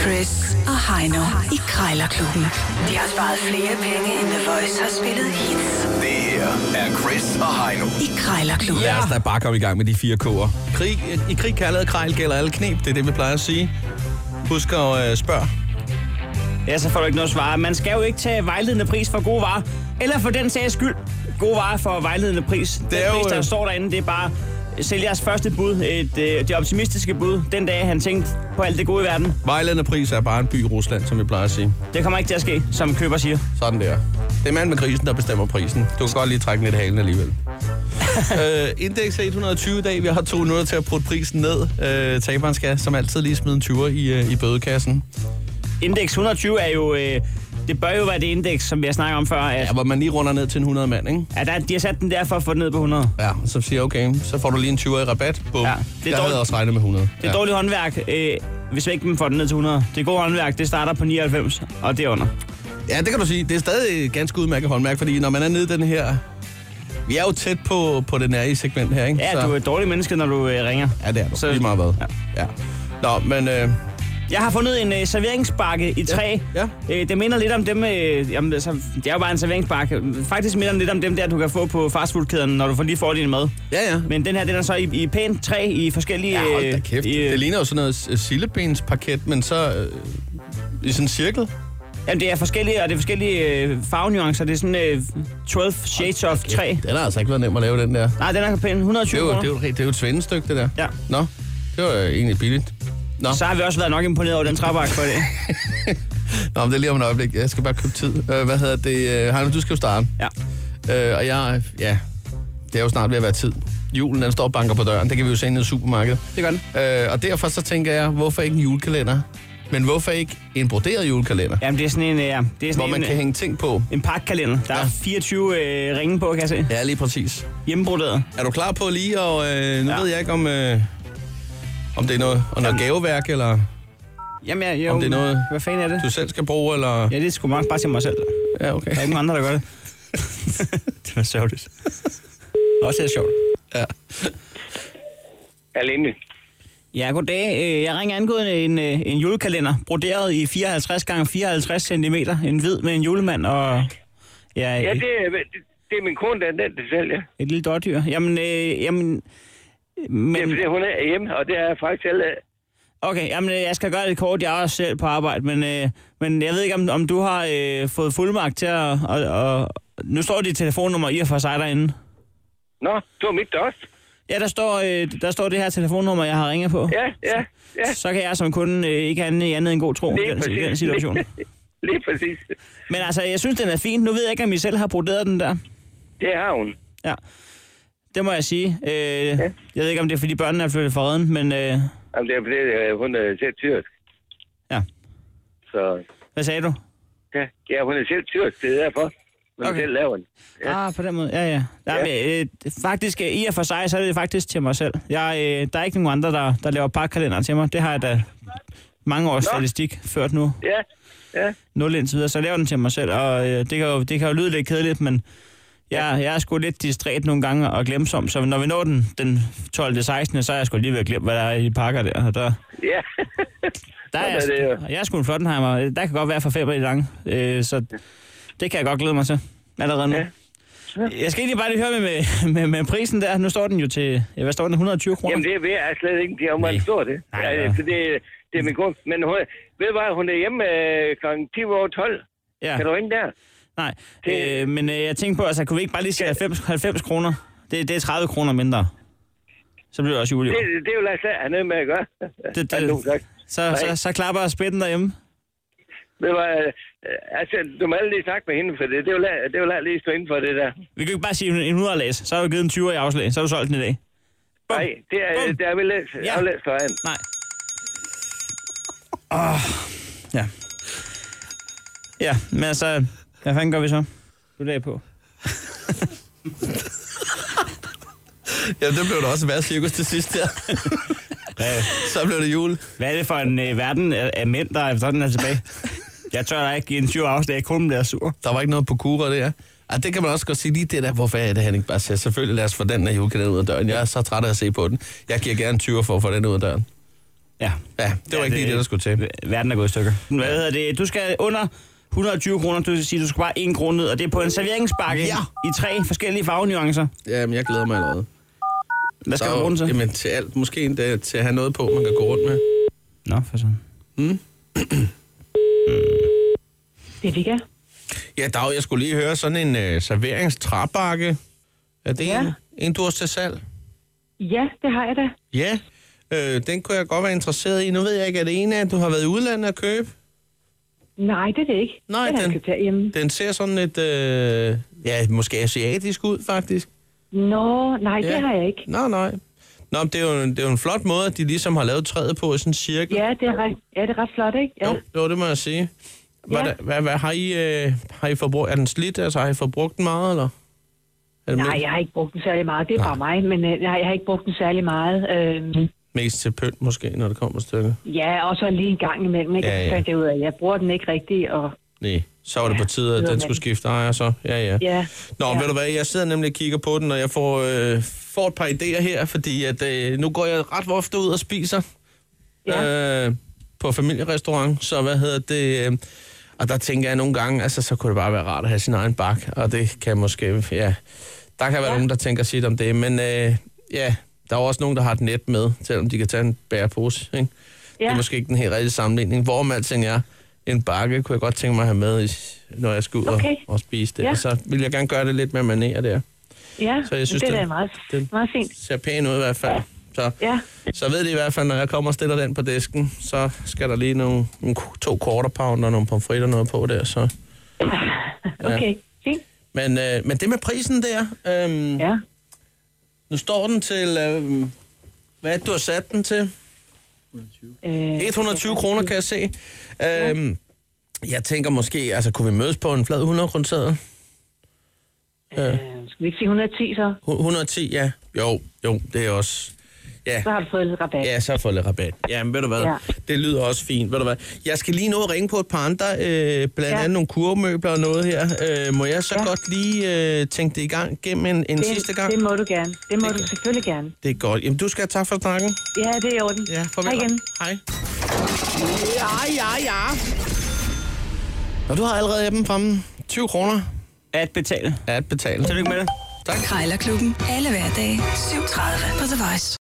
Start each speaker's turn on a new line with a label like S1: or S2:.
S1: Chris og Heino i Krejlerklubben. De har sparet flere penge, end The Voice har spillet hits
S2: Det her er Chris og Heino.
S1: i Krejlerklubben.
S3: Lad os da bare komme i gang med de fire K'er. Krig, I krig, kærlighed og krejl gælder alle knep. Det er det, vi plejer at sige. Husk at øh, spørge.
S4: Ja, så får du ikke noget svar. Man skal jo ikke tage vejledende pris for gode varer. Eller for den sags skyld, gode varer for vejledende pris. Den
S3: er jo,
S4: pris, der
S3: øh,
S4: står derinde, det er bare sælg jeres første bud, et, øh, det optimistiske bud, den dag han tænkte på alt det gode i verden.
S3: Vejlande pris er bare en by i Rusland, som vi plejer at sige.
S4: Det kommer ikke til at ske, som køber siger.
S3: Sådan der. Det er manden med grisen, der bestemmer prisen. Du kan godt lige trække den lidt i halen alligevel. øh, indeks er 120 i dag. Vi har to minutter til at putte prisen ned. Øh, taberen skal som altid lige smide en 20'er i, øh, i bødekassen.
S4: Indeks 120 er jo, øh, det bør jo være det indeks, som vi har snakket om før, at,
S3: Ja, hvor man lige runder ned til en 100 mand, ikke?
S4: at der, de har sat den der for at få den ned på 100.
S3: Ja, og så siger jeg, okay, så får du lige en 20'er i rabat. Bum. Ja,
S4: Ja,
S3: det er
S4: det er
S3: jeg havde
S4: dårligt.
S3: også regnet med 100.
S4: Det er
S3: ja.
S4: dårligt håndværk, øh, hvis ikke man får den ned til 100. Det gode håndværk, det starter på 99 og derunder.
S3: Ja, det kan du sige. Det er stadig et ganske udmærket håndværk, fordi når man er nede i den her... Vi er jo tæt på, på det nære segment her, ikke?
S4: Ja,
S3: Så-
S4: du er et dårligt menneske, når du øh, ringer.
S3: Ja, det er du. Så...
S4: Så-
S3: Lige meget hvad.
S4: Ja.
S3: ja. Nå, men øh,
S4: Jeg har fundet en øh, serveringsbakke i træ.
S3: ja.
S4: Øh, det minder lidt om dem... Øh, jamen, altså, det er jo bare en serveringsbakke. Faktisk minder den lidt om dem der, du kan få på fastfoodkæden, når du får lige får din mad.
S3: ja, ja.
S4: Men den her, den er så i, i pænt træ i forskellige...
S3: Ja, hold da
S4: øh,
S3: kæft.
S4: I,
S3: Det
S4: øh,
S3: ligner jo sådan noget s- sillebensparket, men så øh, i sådan en cirkel.
S4: jamen, det er forskellige, og det er forskellige øh, farvenuancer. Det er sådan øh, 12 shades of træ.
S3: Den har altså ikke været nem at lave, den der.
S4: Nej, den er pæn.
S3: Det
S4: 120
S3: er jo,
S4: kroner.
S3: det er jo, et- det er jo et svendestykke, det der.
S4: Ja.
S3: Nå, det var øh, egentlig billigt. Nå.
S4: Så har vi også været nok imponeret over den træbakke for det.
S3: Nå, men det er lige om et øjeblik. Jeg skal bare købe tid. Øh, hvad hedder det? Øh, Heino, du skal jo starte.
S4: Ja.
S3: Øh, og jeg, ja, det er jo snart ved at være tid. Julen, den står og banker på døren. Det kan vi jo se nede i supermarkedet.
S4: Det gør den.
S3: Øh, og derfor så tænker jeg, hvorfor ikke en julekalender? Men hvorfor ikke en broderet julekalender?
S4: Jamen, det er sådan en... Øh, ja, det er sådan
S3: hvor man
S4: en,
S3: kan hænge ting på.
S4: en pakkalender. Der
S3: Ja.
S4: er 24 øh, ringe på, kan jeg se.
S3: Ja, lige præcis.
S4: Hjemmebroderet.
S3: Er du klar på lige, og øh, nu ja.
S4: Ja.
S3: ved jeg ikke, om, øh, om det er noget, om noget gaveværk, eller
S4: Jamen, jeg, jo,
S3: Om det er noget-
S4: Hvad fanden er det?
S3: du selv skal bruge, eller...
S4: Ja, det er sgu nok bare til mig selv. Der
S3: Ja, okay.
S4: er ikke nogen andre, der gør det. det var sørgeligt. Også er det sjovt.
S3: Ja.
S5: Alene.
S4: Ja, goddag. Øh, Jeg ringer angående en, øh, en julekalender, broderet i 54 gange 54 cm. En hvid med en julemand og ja,
S5: Ja,
S4: et,
S5: det, er- det, det er min kone, der er den, der sælger.
S4: et lille dårdyr. Jamen, øh, jamen,
S5: Det er,
S4: men,
S5: fordi hun er hjemme, og det er jeg faktisk alle...
S4: okay, jamen, øh, jeg skal gøre det kort. Jeg er også selv på arbejde, men, øh, men jeg ved ikke, om, om du har øh, fået fuldmagt til at... Og, og, nu står dit telefonnummer i og for sig derinde.
S5: Nå, det var mit da også.
S4: Ja, der står, øh, der står det her telefonnummer, jeg har ringet på.
S5: Ja, ja, ja.
S4: så kan jeg som kunde øh, ikke have andet i andet end god tro i
S5: Lige
S4: den, i
S5: præcis.
S4: den situation.
S5: Lige præcis.
S4: Men altså, jeg synes, den er fin. Nu ved jeg ikke, om I selv har broderet den der.
S5: Det har hun.
S4: Ja, det må jeg sige. Øh, Jeg ved ikke, om det er, fordi børnene er flyttet fra redden, men øh,
S5: Jamen, det er fordi, øh, hun er selv tyrk.
S4: ja.
S5: Så
S4: Hvad sagde du?
S5: ja, ja hun er selv tyrk, det er derfor. Hun
S4: Okay.
S5: okay. selv laver den.
S4: Ja. Ah, på den måde. Ja, ja. Nej, ja. Men, øh, faktisk, øh, i og for sig, så er det faktisk til mig selv. Jeg, øh, der er ikke nogen andre, der, der laver pakkalender til mig. Det har jeg da mange års statistik ført nu.
S5: Ja, ja.
S4: nul indtil videre, så laver den til mig selv, og øh, det, kan jo, det kan jo lyde lidt kedeligt, men jeg, jeg er sgu lidt distræt nogle gange og glemsom, så når vi når den, den 12. 16. så er jeg sgu lige ved at glemme, hvad der er i pakker der. Og der,
S5: Ja,
S4: der er
S5: Sådan
S4: jeg,
S5: er det jo.
S4: og jeg er sgu en flottenheimer, der kan godt være for fem i lang, øh, så det kan jeg godt glæde mig til allerede nu.
S5: Ja.
S4: Jeg skal egentlig bare lige høre med, med, med, med prisen der. Nu står den jo til, ja, hvad står den, 120 kroner?
S5: jamen det ved jeg slet ikke, det er, om man
S4: Nej.
S5: står det.
S4: Nej,
S5: Nej, ja,
S4: nej.
S5: for det, det er min kone. Men hun, ved du hvad, hun er hjemme øh, kl. 10 over 12.
S4: ja.
S5: Ja. Kan du ringe der?
S4: Nej,
S5: Det-
S4: øh, men øh, jeg tænkte på, altså, kunne vi ikke bare lige sige 90, 90 kroner? Det, det er 30 kroner mindre. Så bliver det også jul. i år.
S5: Det, det er jo Lars Lager, han er med at gøre.
S4: Det- det-
S5: Han er god nok.
S4: Så, så,
S5: Nej.
S4: så klapper jeg spætten derhjemme.
S5: Ved du hvad, øh, altså, du må aldrig lige snakke med hende, for det, det er jo la- det er jo la- lige stå inden for det der.
S4: Vi kan jo ikke bare sige en- en 100 læs. Så har du givet en 20 i afslag. Så har du solgt den i dag. Bum.
S5: Nej, det er,
S4: Bum.
S5: det er vel lidt,
S4: Ja.
S5: ja. lidt for andet.
S4: Nej. Oh, ja. Ja, men altså, hvad fanden gør vi så? Du er på.
S3: ja, det blev da også værd cirkus til sidst der. så blev det jul.
S4: Hvad er det for en øh, verden af, af mænd, der er sådan er tilbage? Jeg tør da ikke give en 20 afslag. Kun bliver sur.
S3: Der var ikke noget på kura der. Ja, det kan man også godt sige lige det der, hvorfor er det, Altså, han ikke bare siger, selvfølgelig lad os få den her julekalender ud af døren. Jeg er så træt af at se på den. Jeg giver gerne 20 for at få den ud af døren.
S4: Ja.
S3: Ja, det var ja, ikke lige det, der skulle til.
S4: Verden er gået i stykker. Hvad hedder det? Du skal under 120 kroner, du skal sige, du skal bare en krone ned, og det er på en serveringsbakke
S3: Ja.
S4: i tre forskellige farvenuancer.
S3: Jamen, jeg glæder mig allerede.
S4: Hvad skal du bruge den til?
S3: Jamen, til alt. Måske endda til at have noget på, man kan gå rundt med.
S4: Nå, for sådan.
S6: Det er Vika.
S3: Ja, Dag, jeg skulle lige høre sådan en øh, serveringstrabakke. Er det ja.
S6: Ja.
S3: en, en, du har til salg?
S6: Ja, det har jeg da.
S3: Ja, øh, den kunne jeg godt være interesseret i. Nu ved jeg ikke, er det en af, du har været i udlandet at købe?
S6: Nej, det er det ikke.
S3: Nej,
S6: den... har
S3: den-
S6: jeg købt herhjemme.
S3: Den ser sådan lidt, øh, ja, måske asiatisk ud, faktisk.
S6: Nå, nej,
S3: Ja.
S6: det har jeg ikke.
S3: Nej, nej. Nå, men det er, jo, en- det er jo en flot måde, at de ligesom har lavet træet på i sådan en cirkel.
S6: Ja, det er, ret- ja, det er ret flot, ikke? Ja.
S3: Jo, jo, det må jeg sige. Hvad,
S6: Ja.
S3: ja. hvad, hvad har I, øh, har I forbrugt, er den slidt, altså har I forbrugt den meget, eller? Er det
S6: Nej,
S3: mest,
S6: jeg har ikke brugt den særlig meget. Det er bare mig, men øh, nej, jeg har ikke brugt den særlig meget. Øhm,
S3: mest til pynt måske, når det kommer stykket.
S6: ja, og så lige en gang imellem, ikke?
S3: Ja,
S6: Ja,
S3: ja.
S6: ja. fandt jeg ud af, at jeg bruger den ikke rigtigt, og
S3: Nej, så var det på tide,
S6: det
S3: at
S6: var
S3: den
S6: det.
S3: skulle skifte ejer, så. Ja, ja.
S6: ja.
S3: Nå, ja.
S6: ja.
S3: ved du hvad, jeg sidder nemlig og kigger på den, og jeg får, øh, får et par idéer her, fordi at, øh, nu går jeg ret ofte ud og spiser ja. øh, på familierestaurant, så hvad hedder det... Øh, og der tænker jeg nogle gange, altså så kunne det bare være rart at have sin egen bak, og det kan måske, ja... Der kan være ja. nogen, der tænker sit om det, men øh, ja, der er jo også nogen, der har et net med, selvom de kan tage en bærepose, ikke? Ja.
S6: Ja.
S3: Det er måske ikke den helt rigtige sammenligning. Hvorom alting er, en bakke kunne jeg godt tænke mig at have med, i- når jeg skal ud okay.
S6: Okay.
S3: og, og spise det. Ja.
S6: Ja.
S3: Og så vil jeg gerne gøre det lidt med maner der.
S6: ja.
S3: så jeg synes,
S6: det er
S3: den-
S6: da meget,
S3: den-
S6: meget fint.
S3: Ser pæn ud i hvert fald. Så,
S6: Ja,
S3: så ved det i hvert fald, når jeg kommer og stiller den på disken, så skal der lige nogle, nogle k- to quarter pounder, nogle pomfritter noget på der. Så.
S6: okay, fint.
S3: Men, øh, men det med prisen der, øhm, ja.
S6: Ja.
S3: nu står den til, øh, hvad er det, du har sat den til?
S6: Øh,
S3: 120 kroner, kan jeg se. Øhm, jeg tænker måske, altså kunne vi mødes på en flad 100 kroner
S6: øh, skal vi ikke sige 110 så?
S3: 110, ja. Jo, jo, det er også... Ja,
S6: Så har du fået lidt rabat.
S3: ja så får jeg lidt rabat. Ja, men ved du hvad, ja.
S6: Ja.
S3: det lyder også fint. Ved du hvad, jeg skal lige nå at ringe på et par andre, øh, blandt ja.
S6: Ja.
S3: andet nogle kurvmøbler og noget her. Øh, må jeg så ja.
S6: Ja.
S3: godt lige øh, tænke det i gang gennem en, en
S6: det,
S3: sidste gang?
S6: Det
S3: Det,
S6: må du gerne. Det må du selvfølgelig gerne.
S3: det er godt. Jamen, du skal have tak for snakken.
S6: Ja, det er i orden.
S3: Ja, farvel.
S6: Hej igen.
S3: Hej. Ja, ja, ja. Og du har allerede appen fremme. 20 kroner
S4: At betale.
S3: at betale.
S4: Tillykke med det.
S1: Krejlerklubben. Alle hverdage. 7.30 på The Voice.